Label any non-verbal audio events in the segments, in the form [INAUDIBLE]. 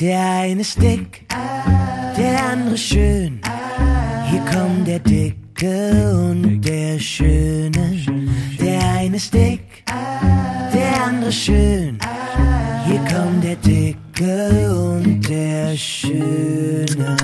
Der eine ist dick, der andere schön. Hier kommt der Dicke und der Schöne. Der eine ist dick, der andere schön. Hier kommt der Dicke und der Schöne.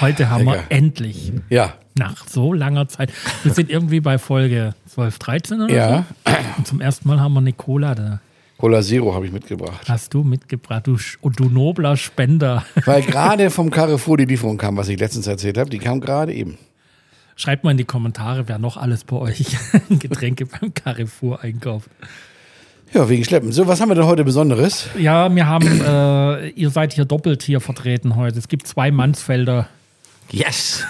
Heute haben wir Lecker. endlich Ja, nach so langer Zeit. Wir sind irgendwie bei Folge 12, 13 oder ja. so. Und zum ersten Mal haben wir eine Cola da. Cola Zero habe ich mitgebracht. Hast du mitgebracht, du, Sch- und du nobler Spender. [LAUGHS] Weil gerade vom Carrefour die Lieferung kam, was ich letztens erzählt habe, die kam gerade eben. Schreibt mal in die Kommentare, wer noch alles bei euch [LAUGHS] Getränke beim Carrefour einkauft. Ja, wegen Schleppen. So, was haben wir denn heute Besonderes? Ja, wir haben, äh, ihr seid hier doppelt hier vertreten heute. Es gibt zwei Mansfelder. Yes!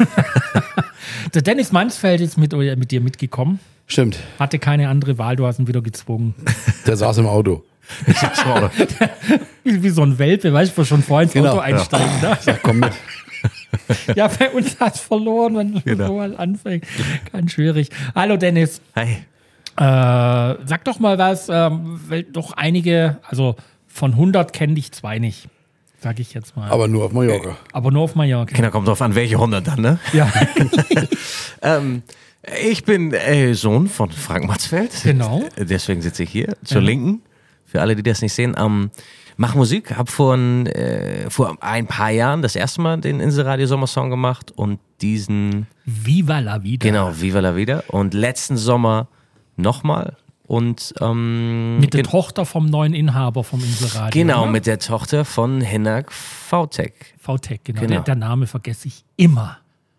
[LAUGHS] Der Dennis Mansfeld ist mit, eu- mit dir mitgekommen. Stimmt, Hatte keine andere Wahl, du hast ihn wieder gezwungen. der saß im Auto. Wie, wie so ein Welpe, weißt du, wo schon vorhin ins Genau, Auto ja. einsteigt. [LAUGHS] Ne? Ja, komm mit. Ja, bei uns hat es verloren, wenn Genau. genau. so mal anfängt. Ganz schwierig. Hallo Dennis, Hi. äh, sag doch mal was, ähm, weil doch einige, also von 100 kenne ich zwei nicht, sag ich jetzt mal. Aber, Aber nur auf Mallorca. nur auf [LAUGHS] Mallorca. Kinder, kommt drauf an, welche 100 dann, ne? Ja, Ähm, ich bin äh, Sohn von Frank Matzfeld. Genau. Deswegen sitze ich hier zur Linken. Für alle, die das nicht sehen, ähm, mach Musik. Hab vor, ein, äh, vor ein paar Jahren das erste Mal den Inselradio Sommersong gemacht und diesen, Viva la Vida. genau, Viva la Vida. Und letzten Sommer nochmal. Und ähm, Mit der gen- Tochter vom neuen Inhaber vom Inselradio. genau, ne? mit der Tochter von Hinak Vautek. VTech, genau. Genau. Der, der Name vergesse ich immer.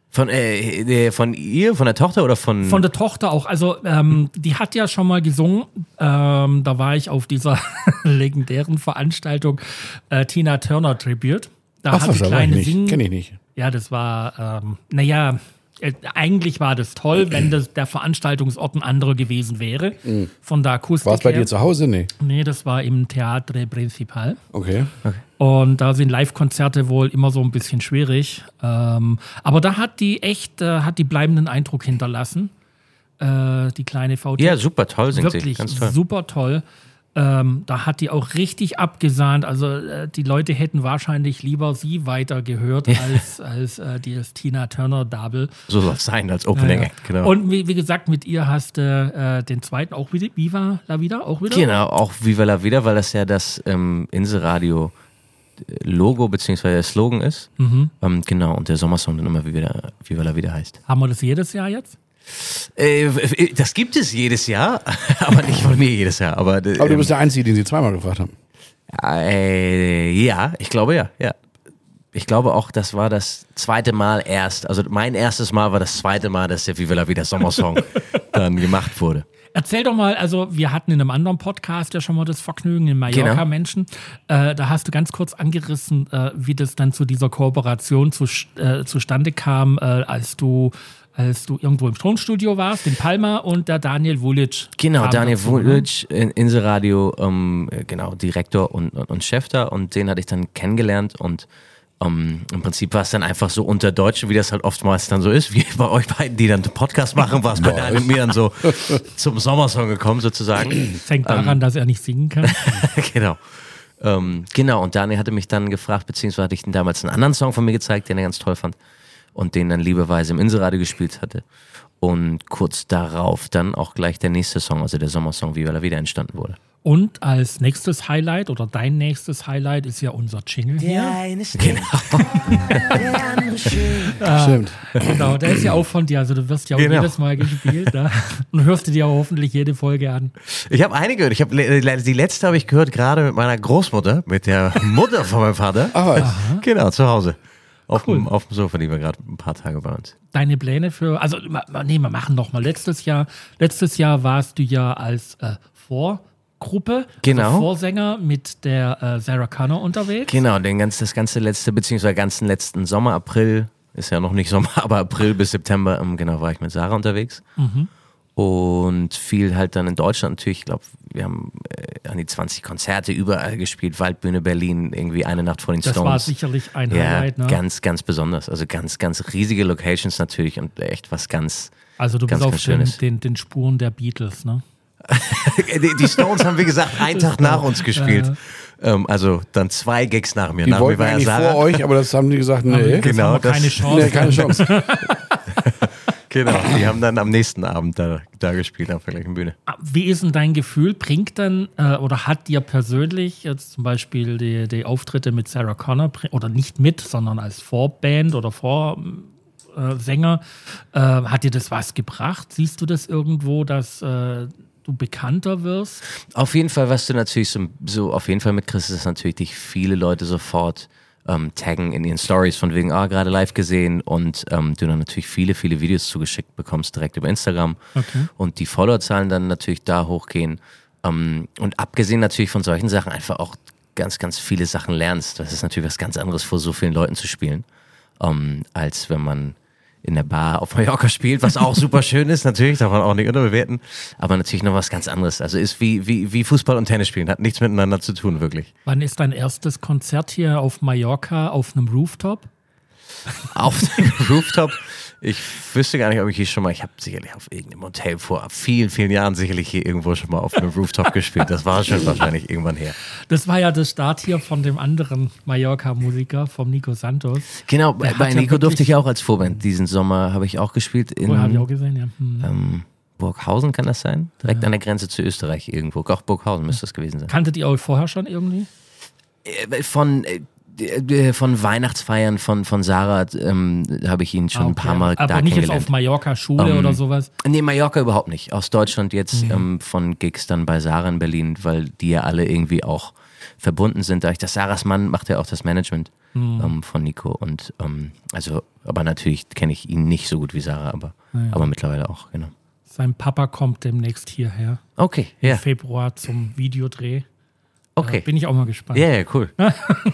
Von, äh, der- von ihr, von der Tochter oder von. Von der Tochter auch. Also, ähm, die hat ja schon mal gesungen. Ähm, da war ich auf dieser [LAUGHS] legendären Veranstaltung äh, Tina Turner Tribute. Da Ach, hat die was, da war ich kleine nicht. Singen. Kenne ich nicht. Ja, das war, ähm, naja, äh, eigentlich war das toll, wenn das der Veranstaltungsort ein anderer gewesen wäre. Von der Akustik. War es Mhm. bei her. dir zu Hause? Nee. Nee, das war im Teatre Principal. Okay. Und da sind Live-Konzerte wohl immer so ein bisschen schwierig. Ähm, aber da hat die echt, äh, hat die bleibenden Eindruck hinterlassen. Äh, die kleine VT. ja, super toll singt sie. wirklich Ganz toll. super toll. Ähm, da hat die auch richtig abgesahnt. Also äh, die Leute hätten wahrscheinlich lieber sie weiter gehört als, als äh, die Tina Turner Double. So soll es sein als Opening Act, genau. Und wie, wie gesagt, mit ihr hast du äh, den zweiten auch wieder, Viva La Vida, auch wieder. Genau, auch Viva la Vida, weil das ja das ähm, Inselradio äh, Logo beziehungsweise der Slogan ist. Mhm. Ähm, genau, und der Sommersong dann immer Viva, Viva la Vida heißt. Haben wir das jedes Jahr jetzt? Äh, w- das gibt es jedes Jahr, [LAUGHS] aber nicht von mir jedes Jahr. Aber, äh, Aber du bist der Einzige, den sie zweimal gefragt haben. äh, ja, ich glaube ja, ja. Ich glaube auch, das war das zweite Mal erst. Also mein erstes Mal war das zweite Mal, dass der Viva la Vida Sommersong [LAUGHS] dann gemacht wurde. Erzähl doch mal, also wir hatten in einem anderen Podcast ja schon mal das Vergnügen in Genau. Mallorca-Menschen. Äh, da hast du ganz kurz angerissen, äh, wie das dann zu dieser Kooperation zu, äh, zustande kam, äh, als du als du irgendwo im Tonstudio warst, in Palma und der Daniel Vulic. Genau, kam Daniel dazu, ne? Vulic, in- Inselradio, ähm, äh, genau, Direktor und, und, und Chef da und den hatte ich dann kennengelernt und ähm, im Prinzip war es dann einfach so unter Deutschen, wie das halt oftmals dann so ist, wie bei euch beiden, die dann einen Podcast machen, war es bei Daniel und mir dann so [LAUGHS] zum Sommersong gekommen sozusagen. Das hängt daran, dass er nicht singen kann. [LAUGHS] genau. Ähm, genau, und Daniel hatte mich dann gefragt, beziehungsweise hatte ich ihm damals einen anderen Song von mir gezeigt, den er ganz toll fand und den dann lieberweise im Inselradio gespielt hatte. Und kurz darauf dann auch gleich der nächste Song, also der Sommersong, wie er wieder entstanden wurde. Und als nächstes Highlight oder dein nächstes Highlight ist ja unser Jingle Der hier. eine ist genau. Stimmt. Genau, der ist ja auch von dir, also du wirst ja auch Genau. jedes Mal gespielt. Ne? Und hörst du dir auch hoffentlich jede Folge an. Ich habe eine gehört. Ich hab, le- le- die letzte habe ich gehört gerade mit meiner Großmutter, mit [LAUGHS] der Mutter von meinem Vater. Ach Ah. was. Genau, zu Hause. Auf, dem, auf dem Sofa, die wir gerade ein paar Tage bei uns. deine Pläne für, also ma- ma- nee, wir machen noch mal letztes Jahr. Letztes Jahr warst du ja als äh, Vorgruppe, Genau. also Vorsänger mit der äh, Sarah Connor unterwegs. Genau, den ganz, das ganze letzte, beziehungsweise ganzen letzten Sommer, April, ist ja noch nicht Sommer, [LAUGHS] aber April bis September, ähm, genau, war ich mit Sarah unterwegs. Mhm. Und viel halt dann in Deutschland natürlich. Ich glaube, wir haben äh, an die 20 Konzerte überall gespielt. Waldbühne Berlin, irgendwie eine Nacht vor den Das Stones. war sicherlich ein Ja, Highlight. Ne? ganz, ganz besonders. Also ganz, ganz riesige Locations natürlich und echt was ganz. also du ganz, bist auf ganz den, Schönes. den, den Spuren der Beatles, ne? [LAUGHS] die die Stones haben, wie gesagt, einen Tag nach uns gespielt. Ähm, also dann zwei Gags nach mir. Die nach mir wollten war ja eigentlich Sarah. vor euch, aber das haben die gesagt, nee, Jetzt genau, haben wir das- keine [LAUGHS] nee Chance. keine Chance. Genau, [LAUGHS] die haben dann am nächsten Abend da, da gespielt auf der gleichen Bühne. Wie ist denn dein Gefühl? Bringt dann äh, oder hat dir persönlich jetzt zum Beispiel die, die Auftritte mit Sarah Connor bring- oder nicht mit, sondern als Vorband oder Vorsänger, äh, hat dir das was gebracht? Siehst du das irgendwo, dass äh, du bekannter wirst? Auf jeden Fall, was du natürlich so, so auf jeden Fall mitkriegst, ist natürlich, dich viele Leute sofort ähm, taggen in ihren Stories von wegen, ah, gerade live gesehen und ähm, du dann natürlich viele, viele Videos zugeschickt bekommst direkt über Instagram und die Followerzahlen dann natürlich da hochgehen ähm, und abgesehen natürlich von solchen Sachen einfach auch ganz, ganz viele Sachen lernst. Das ist natürlich was ganz anderes, vor so vielen Leuten zu spielen, ähm, als wenn man in der Bar auf Mallorca spielt, was auch super schön ist, natürlich, darf man auch nicht unterbewerten, aber natürlich noch was ganz anderes. Also ist wie, wie, wie Fußball und Tennis spielen, hat nichts miteinander zu tun, wirklich. Wann ist dein erstes Konzert hier auf Mallorca auf einem Rooftop? Auf dem [LAUGHS] Rooftop, ich wüsste gar nicht, ob ich hier schon mal, ich habe sicherlich auf irgendeinem Hotel vor vielen, vielen Jahren sicherlich hier irgendwo schon mal auf einem Rooftop gespielt. Das war schon wahrscheinlich irgendwann her. Das war ja der Start hier von dem anderen Mallorca-Musiker, vom Nico Santos. Genau, Der hat bei ja Nico durfte wirklich- ich auch als Vorband. Diesen Sommer habe ich auch gespielt in ähm, Oh, habe ich auch gesehen, ja. Hm. Burghausen, kann das sein? Direkt an der Grenze zu Österreich irgendwo. Auch Burghausen müsste das gewesen sein. Kanntet ihr euch vorher schon irgendwie? Äh, Von, äh, äh, von Weihnachtsfeiern von, von Sarah ähm, habe ich ihn schon ein Ah, Okay. paar Mal da Aber nicht jetzt kennengelernt. auf Mallorca Schule Ähm, oder sowas. Nee, Mallorca überhaupt nicht. Aus Deutschland jetzt Mhm. ähm, von Gigs dann bei Sarah in Berlin, weil die ja alle irgendwie auch verbunden sind. Dadurch, dass Sarahs Mann macht ja auch das Management Mhm. ähm, von Nico. Und ähm, also, aber natürlich kenne ich ihn nicht so gut wie Sarah, aber, aber mittlerweile auch, genau. Sein Papa kommt demnächst hierher. Okay, ja. Im Februar zum Videodreh. Okay. Bin ich auch mal gespannt. Ja, ja, [LAUGHS] cool.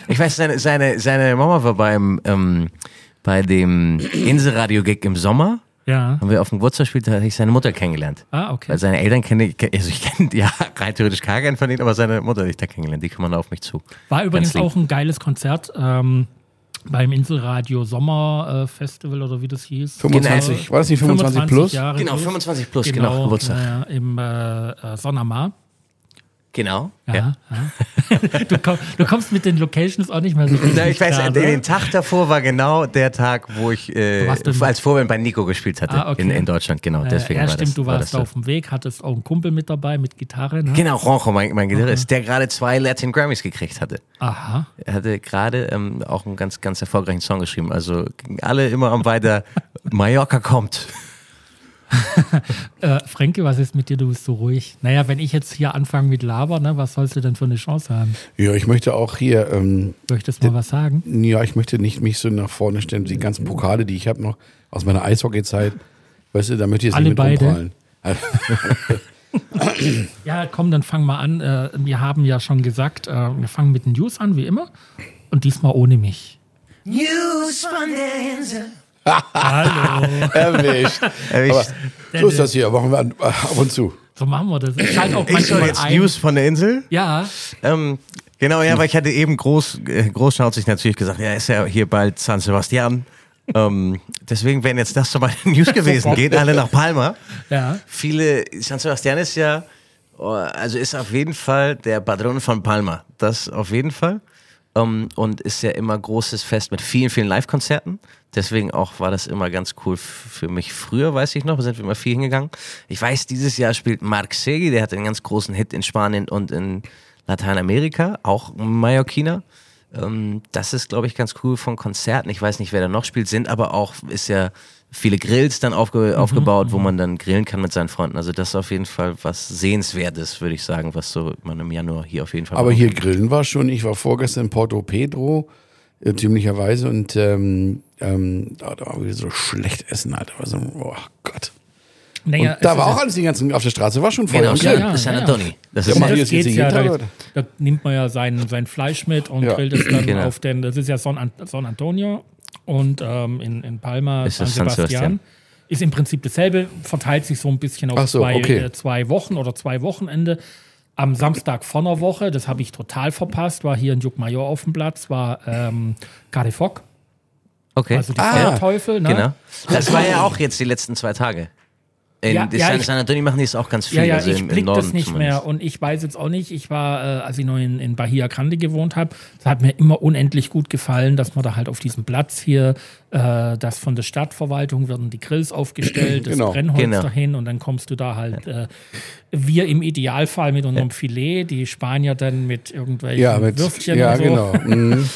Ich weiß, seine, seine, seine Mama war beim, ähm, bei dem Inselradio-Gig im Sommer. Ja. Haben wir auf dem Geburtstag da habe ich seine Mutter kennengelernt. Ah, Weil okay. seine Eltern kenne ich, also ich kenne ja rein theoretisch gar keinen von denen, aber seine Mutter habe ich da kennengelernt, die kommen auf mich zu. War übrigens lieb. auch ein geiles Konzert ähm, beim Inselradio Sommer äh, Festival oder wie das hieß. Genau. 25, war das nicht 25 plus? Jahre Genau, plus. 25 plus, genau, Geburtstag. ja, Im äh, äh, Sonnamar. Genau. Ja. Ja, ja. [LAUGHS] du, komm, du kommst mit den Locations auch nicht mehr so richtig Na, ich weiß, klar, den, ne? den Tag davor war genau der Tag, wo ich äh, warst im- als Vorbild bei Nico gespielt hatte. Ah, okay. in, in Deutschland, genau. Äh, Deswegen ja, war stimmt, das, du war warst das auf dem Weg, hattest auch einen Kumpel mit dabei mit Gitarre. Ne? Genau, Roncho, mein, mein Gitarrist, Mhm. der gerade zwei Latin Grammys gekriegt hatte. Aha. Er hatte gerade ähm, auch einen ganz, ganz erfolgreichen Song geschrieben. Also alle immer am Weiter, [LAUGHS] Mallorca kommt. Äh, Fränke, was ist mit dir? Du bist so ruhig. Naja, wenn ich jetzt hier anfange mit Laber, ne, was sollst du denn für eine Chance haben? Ja, ich möchte auch hier, ähm, Möchtest du mal was sagen? ja, ich möchte nicht mich so nach vorne stellen. Die ganzen Pokale, die ich habe noch aus meiner Eishockey-Zeit, weißt du, da möchte ich jetzt Alle nicht mit beide? rumprallen. [LAUGHS] Ja, komm, dann fang mal an. Äh, wir haben ja schon gesagt, äh, wir fangen mit den News an, wie immer. Und diesmal ohne mich. News von der Insel. Erwischt. Aber Erwischt. so ist das hier, machen wir an, ab und zu. [LAUGHS] So machen wir das. Ich schalte auch Ich soll manchmal jetzt ein. News von der Insel. Ja, Ähm, genau, ja, weil ich hatte eben groß, äh, großschnauzig natürlich gesagt, ja, ist ja hier bald San Sebastian. ähm, deswegen wären jetzt das so meine [LAUGHS] News gewesen. Geht alle nach Palma. ja. Viele, San Sebastian ist ja, oh, also ist auf jeden Fall der Padron von Palma. Das auf jeden Fall. Ähm, und ist ja immer großes Fest mit vielen, vielen Live-Konzerten. Deswegen auch war das immer ganz cool f- für mich. Früher, weiß ich noch, sind wir immer viel hingegangen. Ich weiß, dieses Jahr spielt Marc Segi, der hat einen ganz großen Hit in Spanien und in Lateinamerika, auch Mallorquiner. Ähm, das ist, glaube ich, ganz cool von Konzerten. Ich weiß nicht, wer da noch spielt, sind aber auch, ist ja viele Grills dann aufge aufgebaut, wo man dann grillen kann mit seinen Freunden. Also das ist auf jeden Fall was Sehenswertes, würde ich sagen, was so man im Januar hier auf jeden Fall Aber braucht. hier grillen war schon. Ich war vorgestern in Porto Pedro, äh, ziemlicherweise, und ähm, ähm, da, da war wieder so schlecht essen, Alter. War so, oh Gott. Und Naja, es da ist war ja- auch alles die ganzen auf der Straße, war schon voll. Genau, Und San, ja, ja, San ja. Antonio. Das Ja, ist mach das ich jetzt hier geht's jeden ja. Tag, Da, oder? da nimmt man ja sein, sein Fleisch mit und Ja. grillt es dann Genau. auf den. Das ist ja Son, An- Son Antonio und ähm, in, in Palma Ist San das San Sebastian. Sebastian? Ist im Prinzip dasselbe, verteilt sich so ein bisschen auf Ach so, zwei, okay. äh, zwei Wochen oder zwei Wochenende. Am Samstag vor einer Woche, das habe ich total verpasst, war hier in Jukmajor auf dem Platz, war ähm, Carrefoc, okay. also die Ah, genau. Feuerteufel. Ne? [LAUGHS] genau. Das war ja auch jetzt die letzten zwei Tage. In Ja, ja, San, ich- San Antonio machen die es auch ganz viel. Ja, ja, also ich im, im blick Norden das nicht zumindest. mehr und ich weiß jetzt auch nicht, ich war, äh, als ich noch in, in Bahia Grande gewohnt habe, das hat mir immer unendlich gut gefallen, dass man da halt auf diesem Platz hier, äh, das von der Stadtverwaltung werden die Grills aufgestellt, das [CLEARS THROAT] Genau. Brennholz Genau. dahin und dann kommst du da halt, äh, wir im Idealfall mit unserem Filet, die Spanier dann mit irgendwelchen Ja, mit, Würstchen ja und so. genau. Mhm.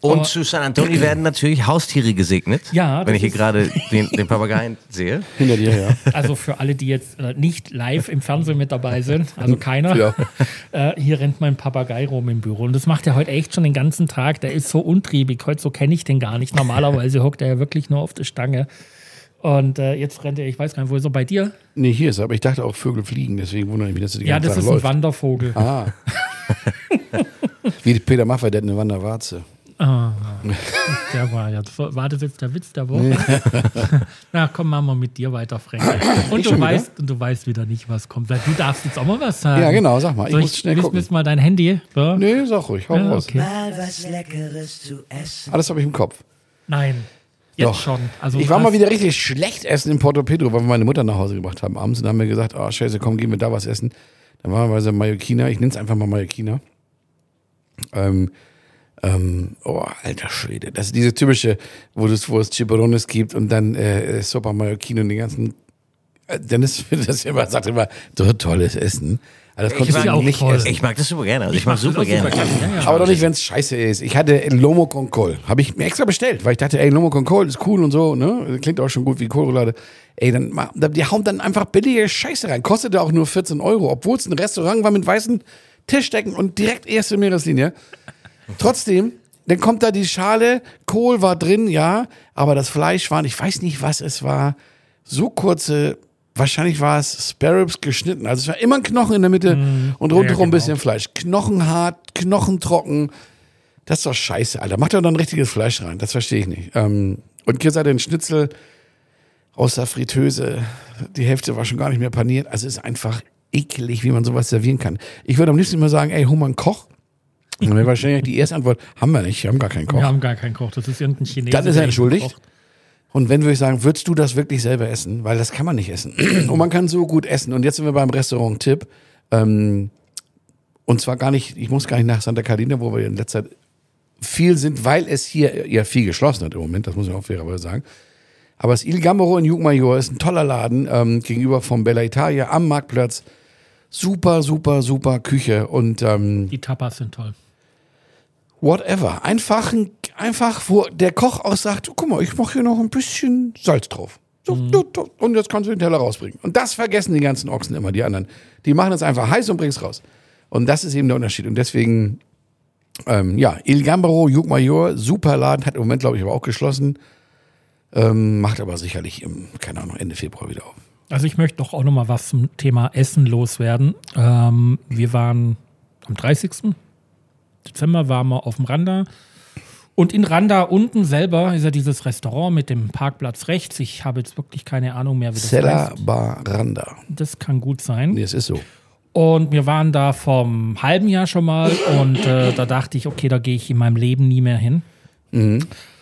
Und zu San Antonio werden natürlich Haustiere gesegnet. Oh, Ja, Wenn das ich hier ist- gerade den, den Papageien sehe. Hinter dir, ja. Also für alle, die jetzt äh, nicht live im Fernsehen mit dabei sind, also keiner, Ja. [LAUGHS] äh, hier rennt mein Papagei rum im Büro. Und das macht er heute echt schon den ganzen Tag. Der ist so untriebig. Heute so kenne ich den gar nicht. Normalerweise [LAUGHS] hockt er ja wirklich nur auf der Stange. Und äh, jetzt rennt er, ich weiß gar nicht, wo ist er bei dir? Nee, hier ist er, aber ich dachte auch Vögel fliegen, deswegen wundere ich mich, dass er die Ja, ganze das Zeit ist ein läuft. Wandervogel. Ah. Wie Peter Maffay, der hat eine Wanderwarze. Der war ja, war das jetzt der Witz der Woche? [LAUGHS] Na komm, machen wir mit dir weiter, Frank. Und du schon wieder? weißt, und du weißt wieder nicht, was kommt. Du darfst jetzt auch mal was sagen. Ja, genau, sag mal. Ich Soll muss schnell willst- gucken. willst du mal dein Handy. Ja? Nee, sag ruhig, hau Ja, raus. okay. Mal was Leckeres zu essen. Alles habe ich im Kopf. Nein. Jetzt Doch. schon. Also ich war was- mal wieder richtig schlecht essen in Porto Pedro, weil wir meine Mutter nach Hause gebracht haben abends. Und dann haben wir gesagt, oh scheiße, komm, gehen wir da was essen. Dann waren wir bei so Mallorquina, ich nenne es einfach mal Mallorquina. Ähm, ähm, oh, alter Schwede. Das ist diese typische, wo es, wo es Chibarones gibt und dann äh, Sopa Mallorquina und den ganzen... Äh, Dennis [LAUGHS] findet das immer, sagt immer, so tolles Essen. Aber das konntest mag- du nicht toll. essen. Ich mag das super gerne. Also ich, mach mag das super auch gerne. Ja, ja. Aber doch nicht, wenn es scheiße ist. Ich hatte ein Lomo con Col. Habe ich mir extra bestellt, weil ich dachte, ey, Lomo con Col ist cool und so, ne? Klingt auch schon gut wie Kohlroulade. Ey, dann, ma- die hauen dann einfach billige Scheiße rein. Kostete auch nur 14 Euro, obwohl es ein Restaurant war mit weißen Tischdecken und direkt erste Meereslinie. Trotzdem, dann kommt da die Schale, Kohl war drin, ja, aber das Fleisch war, ich weiß nicht, was es war, so kurze, wahrscheinlich war es Sparrows geschnitten. Also es war immer ein Knochen in der Mitte und rundherum genau. ein bisschen Fleisch. Knochenhart, knochentrocken. Das ist doch scheiße, Alter. Macht doch dann richtiges Fleisch rein. Das verstehe ich nicht. Ähm, und hier seid ihr ein Schnitzel aus der Fritteuse. Die Hälfte war schon gar nicht mehr paniert. Also es ist einfach eklig, wie man sowas servieren kann. Ich würde am liebsten immer sagen, ey, hol mal einen Koch. Und dann wäre wahrscheinlich die erste Antwort, haben wir nicht, wir haben gar keinen Koch. Wir haben gar keinen Koch. Das ist irgendein Chinese. Dann ist der er entschuldigt. kocht. Und wenn würde ich sagen, würdest du das wirklich selber essen? Weil das kann man nicht essen. [CLEARS THROAT] Und man kann so gut essen. Und jetzt sind wir beim Restaurant-Tipp. Ähm, und zwar gar nicht, ich muss gar nicht nach Santa Carolina, wo wir in letzter Zeit viel sind, weil es hier ja viel geschlossen hat im Moment, das muss ich auch fairerweise sagen. Aber das Il Gambero in Jugmajor ist ein toller Laden, ähm, gegenüber vom Bella Italia am Marktplatz. Super, super, super Küche und ähm, Die Tapas sind toll. whatever. Einfach, ein, einfach, wo der Koch auch sagt, guck mal, ich mache hier noch ein bisschen Salz drauf. So, Mhm. du, du, und jetzt kannst du den Teller rausbringen. Und das vergessen die ganzen Ochsen immer, die anderen. Die machen es einfach heiß und bringen es raus. Und das ist eben der Unterschied. Und deswegen, ähm, ja, Il Gambaro, Jugmajor, super Laden, hat im Moment, glaube ich, aber auch geschlossen. Ähm, macht aber sicherlich im, keine Ahnung, Ende Februar wieder auf. Also ich möchte doch auch noch mal was zum Thema Essen loswerden. Ähm, wir waren am 30. Dezember waren wir auf dem Randa. Und in Randa unten selber ist ja dieses Restaurant mit dem Parkplatz rechts. Ich habe jetzt wirklich keine Ahnung mehr, wie das Cella heißt. Baranda. Das kann gut sein. Nee, es ist so. Und wir waren da vom halben Jahr schon mal und äh, da dachte ich, okay, da gehe ich in meinem Leben nie mehr hin. Mhm.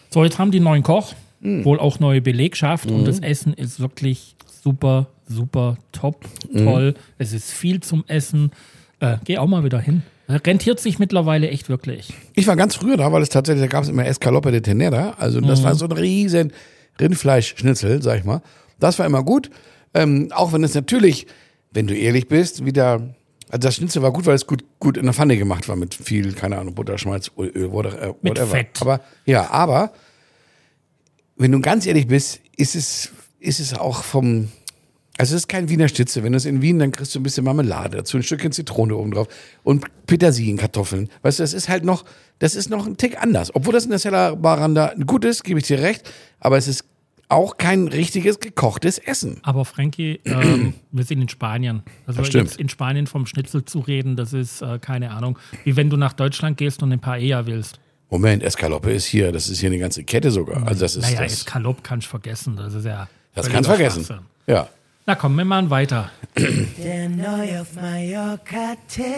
So, jetzt haben die einen neuen Koch, wohl auch neue Belegschaft Mhm. und das Essen ist wirklich super, super top, Mhm. toll. Es ist viel zum Essen. Äh, geh auch mal wieder hin. Rentiert sich mittlerweile echt wirklich. Ich war ganz früher da, weil es tatsächlich, da gab es immer Escalope de Tenera. Also das Mhm. war so ein riesen Rindfleischschnitzel, sag ich mal. Das war immer gut. Ähm, auch wenn es natürlich, wenn du ehrlich bist, wieder. Also das Schnitzel war gut, weil es gut, gut in der Pfanne gemacht war mit viel, keine Ahnung, Butter, Schmalz, Öl, Öl whatever. äh, Mit whatever. Fett. Aber ja, aber wenn du ganz ehrlich bist, ist es, ist es auch vom. Also es ist kein Wiener Schnitzel. Wenn du es in Wien, dann kriegst du ein bisschen Marmelade dazu, ein Stückchen Zitrone oben drauf und Petersilienkartoffeln. Weißt du, das ist halt noch, das ist noch ein Tick anders. Obwohl das in der Sella Baranda gut ist, gebe ich dir recht, aber es ist auch kein richtiges gekochtes Essen. Aber Frankie, [CLEARS THROAT] ähm, wir sind in Spanien. Also Das stimmt. jetzt in Spanien vom Schnitzel zu reden, das ist äh, keine Ahnung. Wie wenn du nach Deutschland gehst und ein Paella willst. Moment, Escalope ist hier, das ist hier eine ganze Kette sogar. Also das ist Naja, das, Eskalopp kannst du vergessen. Das ist ja. das völliger kannst du vergessen. Schwachsinn. Ja. Na komm, wir machen weiter. Der neu auf Mallorca-Tipp.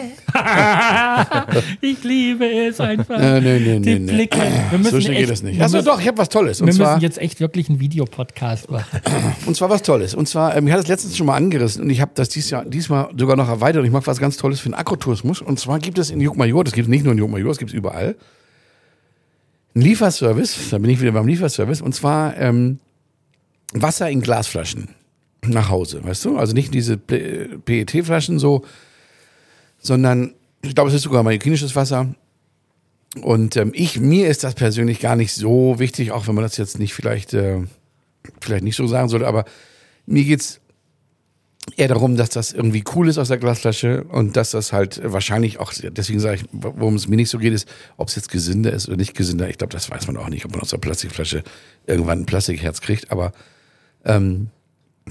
ich liebe es einfach. Äh, nee, Die nee, nee, nee. Blicke. Wir müssen So schnell geht echt- das nicht. Wir Achso, müssen, doch, ich habe was Tolles. wir Und zwar, müssen jetzt echt wirklich einen Videopodcast machen. und zwar was Tolles. Und zwar, ähm, ich hatte es letztens schon mal angerissen und ich habe das dies Jahr, diesmal sogar noch erweitert und ich mache was ganz Tolles für den Akkutourismus. Und zwar gibt es in Juckmajor, das gibt es nicht nur in Juckmajor, das gibt es überall, einen Lieferservice, da bin ich wieder beim Lieferservice, und zwar ähm, Wasser in Glasflaschen nach Hause, weißt du? Also nicht diese P- PET-Flaschen so, sondern ich glaube, es ist sogar mallorquinisches Wasser. Und ähm, ich, mir ist das persönlich gar nicht so wichtig, auch wenn man das jetzt nicht vielleicht, äh, vielleicht nicht so sagen sollte, aber mir geht's eher darum, dass das irgendwie cool ist aus der Glasflasche und dass das halt wahrscheinlich auch, deswegen sage ich, worum es mir nicht so geht, ist, ob es jetzt gesünder ist oder nicht gesünder. Ich glaube, das weiß man auch nicht, ob man aus der Plastikflasche irgendwann ein Plastikherz kriegt, aber ähm,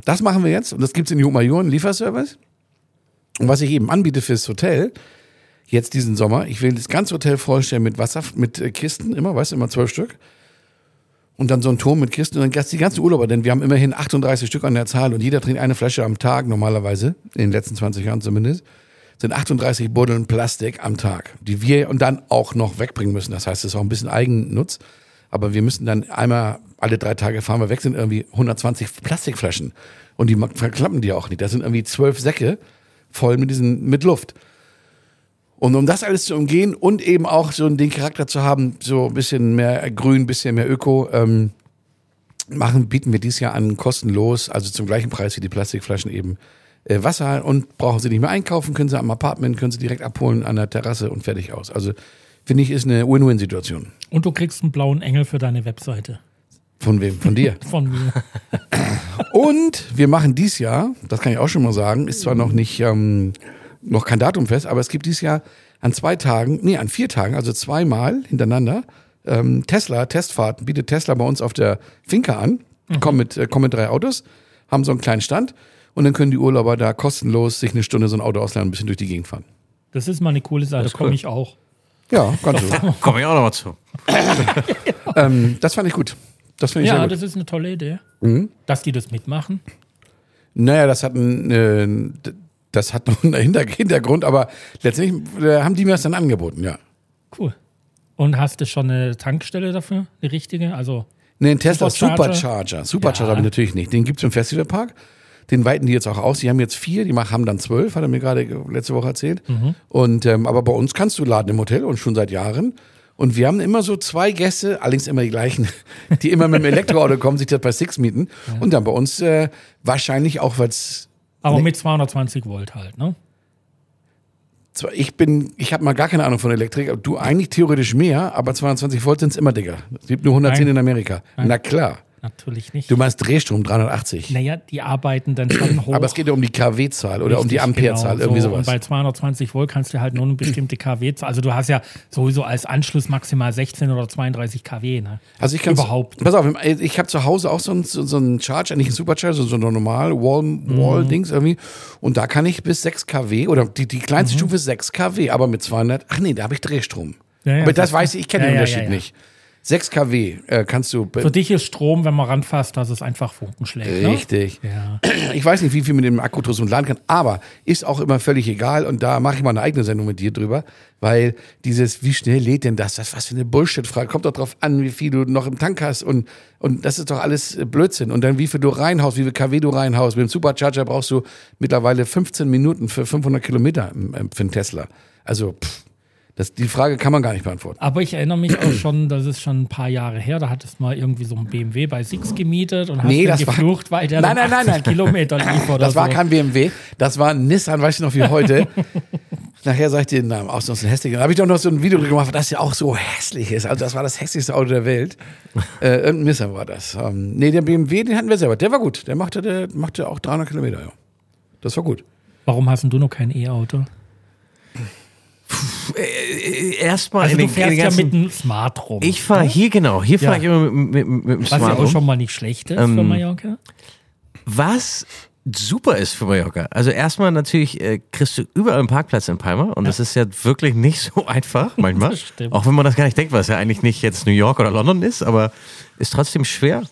das machen wir jetzt und das gibt's in Jumajoren Lieferservice. Und was ich eben anbiete fürs Hotel, jetzt diesen Sommer. Ich will das ganze Hotel vollstellen mit Wasser, mit äh, Kisten, immer, weißt du, immer zwölf Stück. Und dann so ein Turm mit Kisten und dann gast die ganzen Urlauber, denn wir haben immerhin 38 Stück an der Zahl und jeder trinkt eine Flasche am Tag normalerweise, in den letzten 20 Jahren zumindest, sind 38 Buddeln Plastik am Tag, die wir und dann auch noch wegbringen müssen. Das heißt, es ist auch ein bisschen Eigennutz, aber wir müssen dann einmal alle drei Tage fahren wir weg, sind irgendwie 120 Plastikflaschen und die ma- verklappen die auch nicht. Das sind irgendwie zwölf Säcke voll mit diesen, mit Luft. Und um das alles zu umgehen und eben auch so den Charakter zu haben, so ein bisschen mehr grün, ein bisschen mehr Öko, ähm, machen, bieten wir dieses Jahr an, kostenlos, also zum gleichen Preis wie die Plastikflaschen eben, äh, Wasser und brauchen sie nicht mehr einkaufen, können sie am Apartment, können sie direkt abholen an der Terrasse und fertig aus. Also finde ich, ist eine Win-Win-Situation. Und du kriegst einen blauen Engel für deine Webseite. Von wem? Von dir. Von mir. Und wir machen dieses Jahr, das kann ich auch schon mal sagen, ist zwar noch nicht ähm, noch kein Datum fest, aber es gibt dieses Jahr an zwei Tagen, nee, an vier Tagen, also zweimal hintereinander, ähm, Tesla Testfahrten bietet Tesla bei uns auf der Finca an. Mhm. Kommen mit äh, kommen mit drei Autos, haben so einen kleinen Stand und dann können die Urlauber da kostenlos sich eine Stunde so ein Auto ausleihen und ein bisschen durch die Gegend fahren. Das ist mal eine coole Sache. Da komme ich auch. Ja, ganz so. Komme ich auch nochmal zu. ähm, das fand ich gut. Das finde ich sehr Ja, gut. Mhm. das ist eine tolle Idee. Dass die das mitmachen. Naja, das hat einen, äh, d- das hat noch einen [LAUGHS] Hinter- Hintergrund, aber letztendlich äh, haben die mir das dann angeboten, ja. Cool. Und hast du schon eine Tankstelle dafür? Eine richtige? Also, Nee, ein Tesla Supercharger? Supercharger. Supercharger habe ich natürlich nicht. Den gibt's im Festivalpark. Den weiten die jetzt auch aus. Die haben jetzt vier, die mach- haben dann zwölf, hat er mir gerade ge- letzte Woche erzählt. Mhm. Und, ähm, aber bei uns kannst du laden im Hotel und schon seit Jahren. Und wir haben immer so zwei Gäste, allerdings immer die gleichen, [LAUGHS] die immer mit dem Elektroauto kommen, sich das bei Six mieten. Und dann bei uns äh, wahrscheinlich auch, weil's aber mit 220 Volt halt, ne? zwar- ich bin, ich habe mal gar keine Ahnung von Elektrik, aber du eigentlich theoretisch mehr, aber 22 Volt sind's immer dicker. Es gibt nur 110 Nein. in Amerika. Na klar. Natürlich nicht. Du meinst Drehstrom 380. naja, die arbeiten dann schon hoch. Aber es geht ja um die KW-Zahl oder um die Richtig, Ampere-Zahl, genau, irgendwie so. Und sowas. bei 220 Volt kannst du halt nur eine bestimmte KW-Zahl. Also du hast ja sowieso als Anschluss maximal 16 oder 32 KW. Ne? Also ich kann überhaupt. Pass auf, ich habe zu Hause auch so einen, so so einen Charger, nicht einen Supercharger, sondern so einen normal Mhm. Wall, Wall-Dings irgendwie. Und da kann ich bis 6 kW oder die, die Mhm. kleinste Stufe ist 6 kW, aber mit 200. Ach nee, da habe ich Drehstrom. Ja, ja, aber das das- weiß ich, ich kenne ja, den ja, Unterschied ja, ja. nicht. 6 kW äh, kannst du. Für dich ist Strom, wenn man ranfasst, dass es einfach Funken schlägt. Ne? Richtig. Ja. Ich weiß nicht, wie viel mit dem Akkutourismus laden kann, aber ist auch immer völlig egal und da mache ich mal eine eigene Sendung mit dir drüber, weil dieses, wie schnell lädt denn das? Das was für eine Bullshit-Frage. Kommt doch drauf an, wie viel du noch im Tank hast und, und das ist doch alles äh, Blödsinn. Und dann wie viel du reinhaust, wie viel KW du reinhaust. Mit dem Supercharger brauchst du mittlerweile 15 Minuten für 500 Kilometer ähm, ähm, für einen Tesla. Also, pff, das, die Frage kann man gar nicht beantworten. Aber ich erinnere mich auch schon, das ist schon ein paar Jahre her, da hattest du mal irgendwie so einen BMW bei Six gemietet und hast Nee, nee, das war- geflucht, weil der Nein, dann nein, nein, 80 Kilometer lief oder Das war so. kein BMW, das war ein Nissan, weißt du noch wie heute. Nachher sag ich dir den Namen, auch sonst ein hässlicher. Da habe ich doch noch so ein Video drüber gemacht, das ja auch so hässlich ist. Also das war das hässlichste Auto der Welt. Äh, irgendein Nissan war das. Ähm, nee, der BMW, den hatten wir selber. Der war gut. Der machte, der machte auch 300 Kilometer. Ja. Das war gut. Warum hast denn du noch kein E-Auto? Also Äh, Erstmal Also in du den, in fährst den ja ganzen, mit einem Smart rum. Ich fahre hier genau, hier Ja. fahre ich immer mit, mit, mit dem was ja Smart auch rum. schon mal nicht schlecht ist Ähm, für Mallorca. Was super ist für Mallorca. Also erstmal natürlich äh, kriegst du überall einen Parkplatz in Palma und das ist ja wirklich nicht so [LAUGHS] einfach manchmal. Das stimmt. Auch wenn man das gar nicht denkt, was ja eigentlich nicht jetzt New York oder London ist, aber ist trotzdem schwer.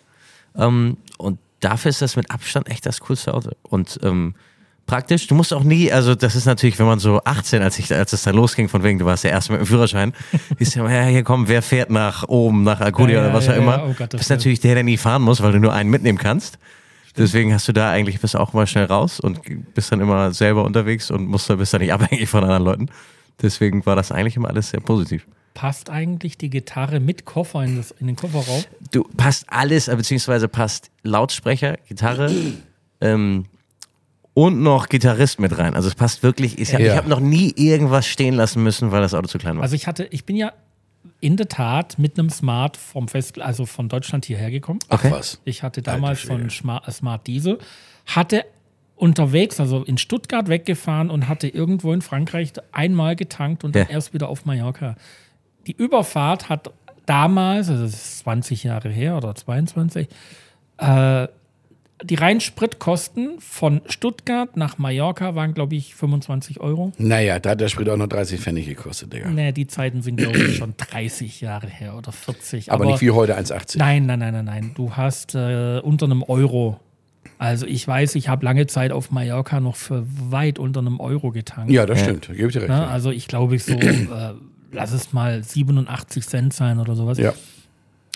Ähm, und dafür ist das mit Abstand echt das coolste Auto. Und ähm, praktisch, du musst auch nie, also das ist natürlich, wenn man so 18, als ich, als es dann losging, von wegen, du warst ja erst mit [LAUGHS] dem Führerschein, ist ja, ja, hier komm, wer fährt nach oben, nach Alcudia Ja, ja, oder was ja, auch ja, immer. oh Gott, das bist wär- natürlich der, der nie fahren muss, weil du nur einen mitnehmen kannst. Deswegen hast du da eigentlich, bist auch mal schnell raus und bist dann immer selber unterwegs und musst, da- bist dann nicht [LAUGHS] abhängig von anderen Leuten. Deswegen war das eigentlich immer alles sehr positiv. Passt eigentlich die Gitarre mit Koffer in, das, in den Kofferraum? Du passt alles, äh, beziehungsweise passt Lautsprecher, [CLEARS THROAT] Gitarre ähm, und noch Gitarrist mit rein. Also es passt wirklich. Ich habe Ja. ich hab noch nie irgendwas stehen lassen müssen, weil das Auto zu klein war. Also ich hatte, ich bin ja in der Tat mit einem Smart vom Fest, also von Deutschland hierher gekommen. Ach was. Ich hatte damals Alter so einen Schwede. Schma- äh, Smart Diesel, hatte unterwegs, also in Stuttgart weggefahren und hatte irgendwo in Frankreich einmal getankt und dann Ja. erst wieder auf Mallorca. Die Überfahrt hat damals, also das ist 20 Jahre her oder 22, äh, die reinen Spritkosten von Stuttgart nach Mallorca waren, glaube ich, 25 Euro. Naja, da hat der Sprit auch nur 30 Pfennig gekostet, Digga. Nee, die Zeiten sind, glaube ich, schon 30 Jahre her oder 40. Aber, nicht wie heute 1,80. Nein, nein, nein, nein, nein. Du hast äh, unter einem Euro. Also ich weiß, ich habe lange Zeit auf Mallorca noch für weit unter einem Euro getankt. Ja, das stimmt. Gebe ich dir recht. Ne? Ja. Also ich glaube, ich so, [CLEARS THROAT] äh, lass es mal 87 Cent sein oder sowas. Ja.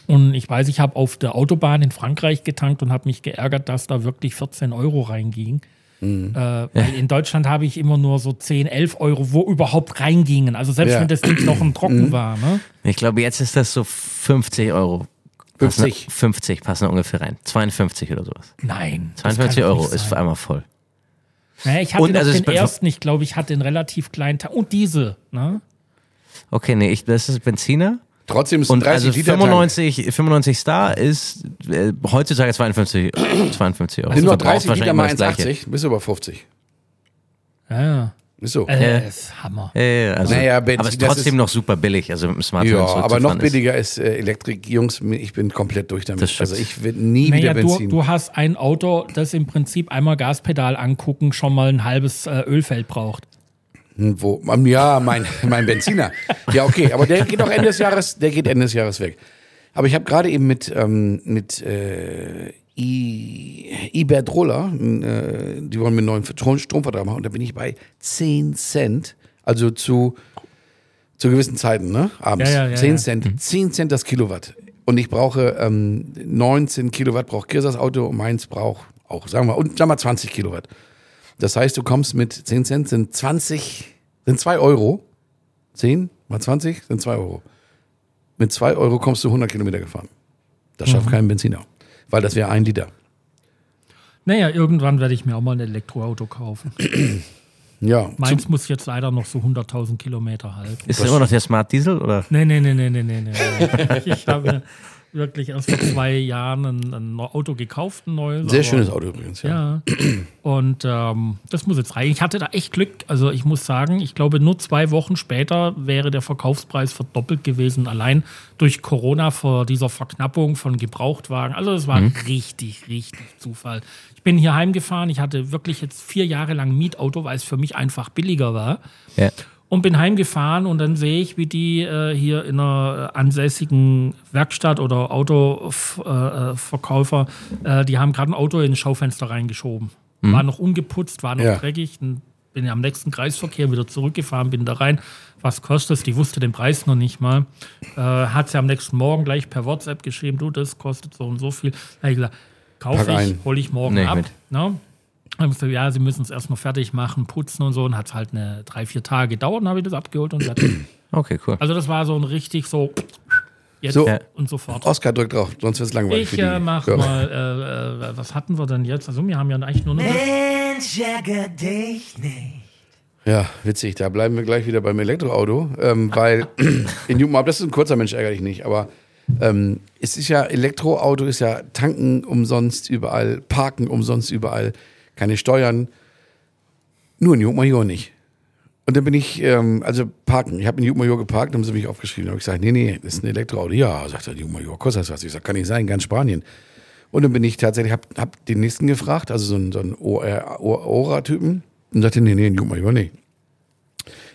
Und ich weiß, ich habe auf der Autobahn in Frankreich getankt und habe mich geärgert, dass da wirklich 14 Euro reinging. Mhm. Äh, weil in Deutschland habe ich immer nur so 10, 11 Euro, wo überhaupt reingingen. Also selbst Ja. wenn das Ding [CLEARS THROAT] noch im Trocken war. Ne? Ich glaube, jetzt ist das so 50 Euro. 50. Passen, 50 passen ungefähr rein. 52 oder sowas. Nein. das kann 52 doch nicht Euro ist sein. für einmal voll. Naja, ich hatte Und noch also es den be- ersten, ich glaube, ich hatte den relativ kleinen Tank. Und diese, ne? Okay, nee, ich, das ist Benziner. Trotzdem ist ein Und 30 also Liter Tank. 95, 95 Star ist äh, [CLEARS THROAT] heutzutage 52, 52 Euro. Nimm Du nur 30 Liter brauchst wahrscheinlich mal immer das Gleiche. 1,80, bist du über 50. Ja, ja. Ist so. Äh, Ja. Ist Hammer. Ja, ja, also, Naja, Benzin, aber es ist das trotzdem ist- noch super billig. Also mit dem Smartphone ja, aber noch zurückzufahren ist- billiger ist äh, Elektrik. Jungs, ich bin komplett durch Das damit. stimmt. Also ich will nie Naja, wieder du, Benzin. du hast ein Auto, das im Prinzip einmal Gaspedal angucken, schon mal ein halbes äh, Ölfeld braucht. Hm, Wo, ähm, ja, mein, [LAUGHS] mein Benziner. Ja, okay, aber der geht auch Ende des Jahres, der geht Ende des Jahres weg. Aber ich habe gerade eben mit, ähm, mit äh, I, Iberdrola, äh, die wollen mir einen neuen Strom, Stromvertrag machen, und da bin ich bei 10 Cent, also zu, zu gewissen Zeiten, ne? Abends. Ja, ja, ja, Mhm. 10 ja. Cent, 10 Cent das Kilowatt. Und ich brauche ähm, 19 Kilowatt, braucht Kirsas Auto und meins braucht auch, sagen wir, und sagen wir 20 Kilowatt. Das heißt, du kommst mit 10 Cent sind 20, sind 2 Euro. 10 mal 20 sind 2 Euro. Mit 2 Euro kommst du 100 Kilometer gefahren. Das Mhm. schafft kein Benziner. Weil das wäre ein Liter. Naja, irgendwann werde ich mir auch mal ein Elektroauto kaufen. Ja. Zu, Meins muss jetzt leider noch so 100.000 Kilometer halten. Ist das immer noch der Smart Diesel oder? Nee, nee, nee, nee, nee, nee, nee. nee. Ich habe wirklich erst vor zwei Jahren ein, ein Auto gekauft, ein neues. sehr aber- schönes Auto übrigens. Ja. Ja. Und ähm, das muss jetzt rein. Ich hatte da echt Glück. Also ich muss sagen, ich glaube, nur zwei Wochen später wäre der Verkaufspreis verdoppelt gewesen, allein durch Corona vor dieser Verknappung von Gebrauchtwagen. Also das war richtig, richtig Zufall. Ich bin hier heimgefahren. Ich hatte wirklich jetzt vier Jahre lang ein Mietauto, weil es für mich einfach billiger war Ja. und bin heimgefahren und dann sehe ich, wie die äh, hier in einer äh, ansässigen Werkstatt oder Autoverkäufer, äh, Verkäufer, äh, die haben gerade ein Auto in ein Schaufenster reingeschoben. War noch ungeputzt, war noch Mhm. Ja. dreckig. Dann bin ich am nächsten Kreisverkehr wieder zurückgefahren, bin da rein. Was kostet es? Die wusste den Preis noch nicht mal. Äh, hat sie am nächsten Morgen gleich per WhatsApp geschrieben, du, das kostet so und so viel. Da hab ich gesagt, Pack kaufe ich, ein. hole ich morgen Nee, ab. mit. Ne? Dann hab ich gesagt, ja, sie müssen es erstmal fertig machen, putzen und so. Und hat es halt eine drei, vier Tage gedauert und habe ich das abgeholt und fertig. Okay, cool. Also das war so ein richtig so jetzt So. Ja. und sofort. Oscar drückt drauf, sonst wird es langweilig. Ich für die. äh, mach Ja. mal, äh, äh, was hatten wir denn jetzt? Also wir haben ja eigentlich nur noch... Mensch, ärger dich nicht. Ja, witzig. Da bleiben wir gleich wieder beim Elektroauto, ähm, [LAUGHS] weil in Jugendmarkt, das ist ein kurzer Mensch, ärgere dich nicht, aber ähm, es ist ja, Elektroauto ist ja tanken umsonst überall, parken umsonst überall, keine Steuern. Nur in Jugendmajor nicht. Und dann bin ich, ähm, also parken. Ich habe in Jugendmajor geparkt, haben sie mich aufgeschrieben. Da habe ich gesagt, nee, nee, das ist ein Elektroauto. Ja, sagt er, Jugendmajor, kostet das was. Ich sage, kann nicht sein, ganz Spanien. Und dann bin ich tatsächlich, hab, hab den nächsten gefragt, also so einen, so einen OR Ora-Typen. Und sagte, nee, nee, Jugendmajor, nee.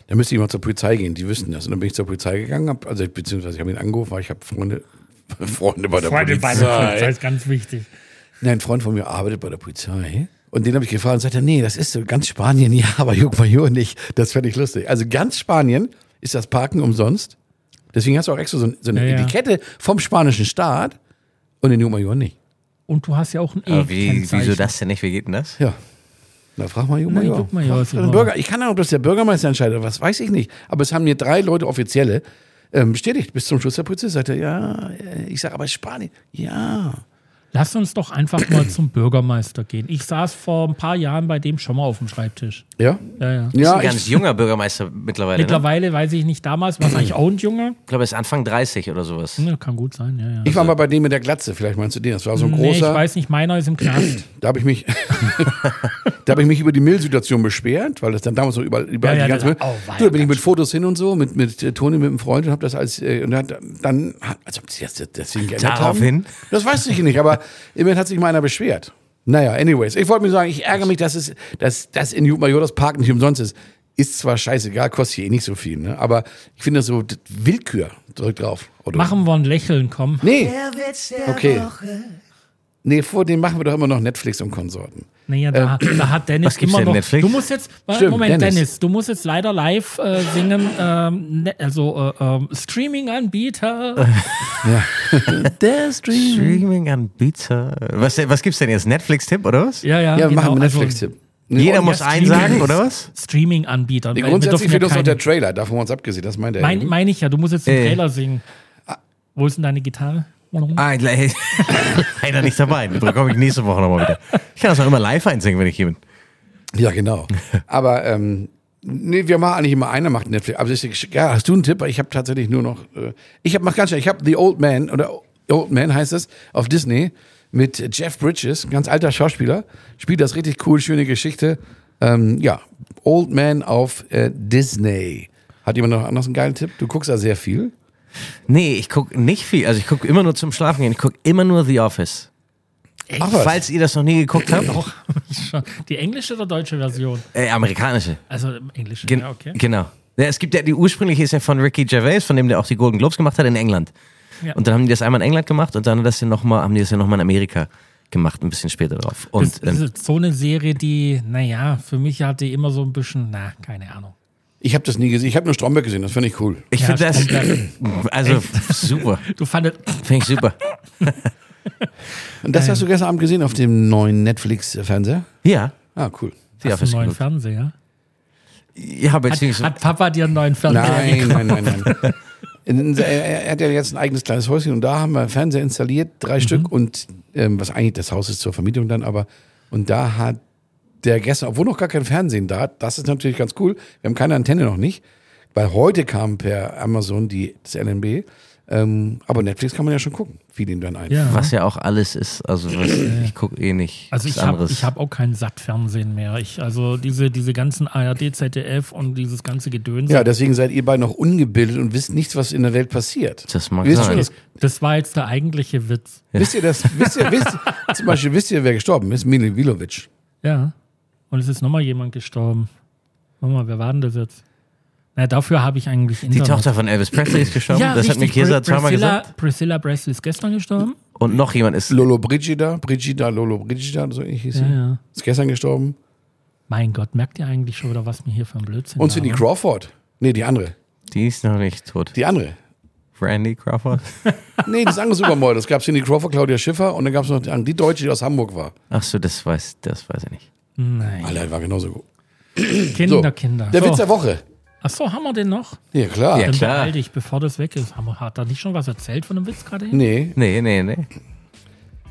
Da müsste ich mal zur Polizei gehen, die wüssten das. Und dann bin ich zur Polizei gegangen, hab, also [LAUGHS] beziehungsweise ich habe ihn angerufen, weil ich habe Freunde, Freunde bei der Polizei. ist ganz wichtig. Nein, ein Freund von mir arbeitet bei der Polizei. Und den habe ich gefragt und sagte, nee, das ist so ganz Spanien, ja, aber juck mal hier [LAUGHS] nicht. Das fände ich lustig. Also ganz Spanien ist das Parken umsonst. Deswegen hast du auch extra so, ein- so eine Ja, ja. Etikette vom spanischen Staat und in Juck mal nicht. Und du hast ja auch ein Aber wie, E-Kennzeichen. wieso das denn nicht? Wie geht denn das? Ja. Na, frag mal Juck Na, mal juck mal, ja, ist Den immer- Bürger. Ich kann ja, ob das der Bürgermeister entscheidet, was weiß ich nicht. Aber es haben mir drei Leute offizielle ähm, bestätigt. Bis zum Schluss der Polizist sagte, ja, äh, ich sage, aber Spanien, ja. Lass uns doch einfach mal zum Bürgermeister gehen. Ich saß vor ein paar Jahren bei dem schon mal auf dem Schreibtisch. Ja? Ja, ja. Ist Ja, ein ganz ich, junger Bürgermeister mittlerweile. Ne? Mittlerweile weiß ich nicht, damals war es eigentlich auch ein Junge. Ich glaube, er ist Anfang 30 oder sowas. Ja, kann gut sein, ja, ja. ich war mal bei dem mit der Glatze, vielleicht meinst du den. Das war so ein nee, ich großer. weiß nicht, meiner ist im Knast. Da habe ich mich, [LAUGHS] da habe ich mich über die Müllsituation beschwert, weil das dann damals so überall, überall Ja, ja, die ganze da- Müll. oh, war du, ja da bin ich mit Fotos hin und so, mit mit äh, Toni, mit einem Freund und habe das als äh, und hat, dann hat, also ob sie das jetzt deswegen geändert Daraufhin? haben. Das weiß ich nicht, aber immerhin hat sich mal einer beschwert. Naja, anyways, ich wollte mir sagen, ich ärgere mich, dass es, dass das in Jutmajor das Park nicht umsonst ist. Ist zwar scheißegal, kostet hier eh nicht so viel, ne? Aber ich finde das so d- Willkür drückt drauf. Oder? Machen wir ein Lächeln, komm. Nee, Der Witz der Okay. Woche. nee, vor dem machen wir doch immer noch Netflix und Konsorten. Naja, da, da hat Dennis Ähm, was gibt's immer denn, noch. Netflix? Du musst jetzt, warte, Stimmt, Moment, Dennis. Dennis. du musst jetzt leider live äh, singen, ähm, ne, also äh, ähm, Streaming-Anbieter. [LAUGHS] Der Stream. Streaming Anbieter. Was, was gibt's denn jetzt? Netflix-Tipp oder was? Ja, ja, Ja, genau, machen wir also Netflix-Tipp. Jeder Ja, muss einen Streaming- sagen, oder was? Streaming-Anbieter. Nee, weil wir grundsätzlich dürfen fehlt uns keine- noch der Trailer, davon haben wir uns abgesehen, das meint er. Meine mein ich ja, du musst jetzt den Äh. Trailer singen. Wo ist denn deine Gitarre? Ah, [LAUGHS] gleich. Leider nicht dabei. Da komme ich nächste Woche nochmal wieder. Ich kann das auch immer live einsingen, wenn ich hier bin. [LAUGHS] ja, genau. Aber ähm, nee, wir machen eigentlich immer einer macht Netflix. Aber es ist, ja, hast du einen Tipp? Ich habe tatsächlich nur noch. Äh, ich habe mach ganz schnell. Ich habe The Old Man oder Old Man heißt es auf Disney mit Jeff Bridges, ganz alter Schauspieler, spielt das richtig cool, schöne Geschichte. Ähm, ja, Old Man auf äh, Disney. Hat jemand noch anders einen geilen Tipp? Du guckst da sehr viel. Nee, ich gucke nicht viel. Also ich gucke immer nur zum Schlafen gehen. Ich gucke immer nur The Office. Ach was. Falls ihr das noch nie geguckt habt. Doch, die englische oder deutsche Version? Äh, amerikanische. Also englische, Gen ja, okay. Genau. Ja, es gibt ja, die ursprüngliche ist ja von Ricky Gervais, von dem der auch die Golden Globes gemacht hat in England. Ja. Und dann haben die das einmal in England gemacht und dann haben das ja noch mal, haben die das ja nochmal in Amerika gemacht, ein bisschen später drauf. Und das, das ähm, ist so eine Serie, die, naja, für mich hat die immer so ein bisschen, na, keine Ahnung. Ich habe das nie gesehen. Ich habe nur Stromberg gesehen. Das finde ich cool. ich Ja, finde das, also super. Du fandest, Finde ich super. Und das hast du gestern Abend gesehen auf dem neuen Netflix-Fernseher? Ja. Ah, cool. hast du The einen Office neuen geguckt. Fernseher? Ja, Hat, beziehungsweise. hat Papa dir einen neuen Fernseher? Nein, nein, nein, nein. In, er, er hat ja jetzt ein eigenes kleines Häuschen und da haben wir Fernseher installiert, drei Stück und ähm, was eigentlich das Haus ist zur Vermietung dann, aber und da hat der gestern, obwohl noch gar kein Fernsehen da hat, das ist natürlich ganz cool. Wir haben keine Antenne noch nicht, weil heute kam per Amazon die das LNB, ähm, aber Netflix kann man ja schon gucken, fiel ihm dann ein. Ja. was ja auch alles ist. Also was, ich gucke eh nicht. Also was ich habe anderes. hab auch kein Sattfernsehen mehr. Ich, also diese, diese ganzen ARD, ZDF und dieses ganze Gedöns. Ja, deswegen seid ihr beide noch ungebildet und wisst nichts, was in der Welt passiert. Das mag Wisst ihr sein. das- Das war jetzt der eigentliche Witz. Wisst ihr das? Wisst ihr, wisst, zum Beispiel wisst ihr, wer gestorben ist? Mili Vilovic. Ja. Und es ist nochmal jemand gestorben. Warte mal, wer war denn das jetzt? Na, dafür habe ich eigentlich die Internet. Tochter von Elvis Presley ist gestorben. ja, das hat mir richtig. Kesa Pri- zweimal Priscilla, gesagt. Priscilla Presley ist gestern gestorben. Und noch jemand ist. Lolo Brigida, Brigida, Lolo Brigida, so ähnlich hieß sie. Ja, ja. Ist gestern gestorben. Mein Gott, merkt ihr eigentlich schon wieder, was mir hier für ein Blödsinn Und Cindy labert? Crawford. Nee, die andere. Die ist noch nicht tot. Die andere. Randy Crawford. Nee, das andere Supermodel. Es gab Cindy Crawford, Claudia Schiffer und dann gab es noch die, andere, die Deutsche, die aus Hamburg war. Ach so, das weiß, das weiß ich nicht. Nein. Alter, die war genauso gut. Kinder, Kinder. Der Witz so. der Woche. Achso, haben wir den noch? Ja, klar. Ja. Dann klar. beeil dich, bevor das weg ist. Haben wir, hat er nicht schon was erzählt von dem Witz gerade eben? Nee. Nee, nee, nee.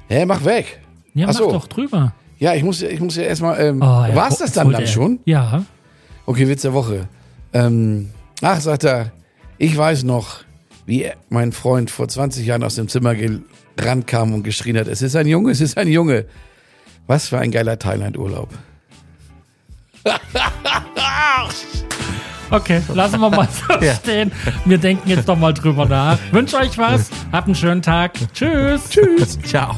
Hä, mach weg. Ja, Ach mach so. doch drüber. Ja, ich muss, ich muss ja erstmal. Ähm, Oh, ja, War es wo- das dann, voll dann der- schon? Ja. Okay, Witz der Woche. Ähm, ach, sagt er, ich weiß noch, wie er- mein Freund vor 20 Jahren aus dem Zimmer gerannt kam und geschrien hat, es ist ein Junge, es ist ein Junge. Was für ein geiler Thailand-Urlaub. [LAUGHS] Okay, lassen wir mal so stehen. Wir denken jetzt doch mal drüber nach. Wünsche euch was. Habt einen schönen Tag. Tschüss. Tschüss. Ciao.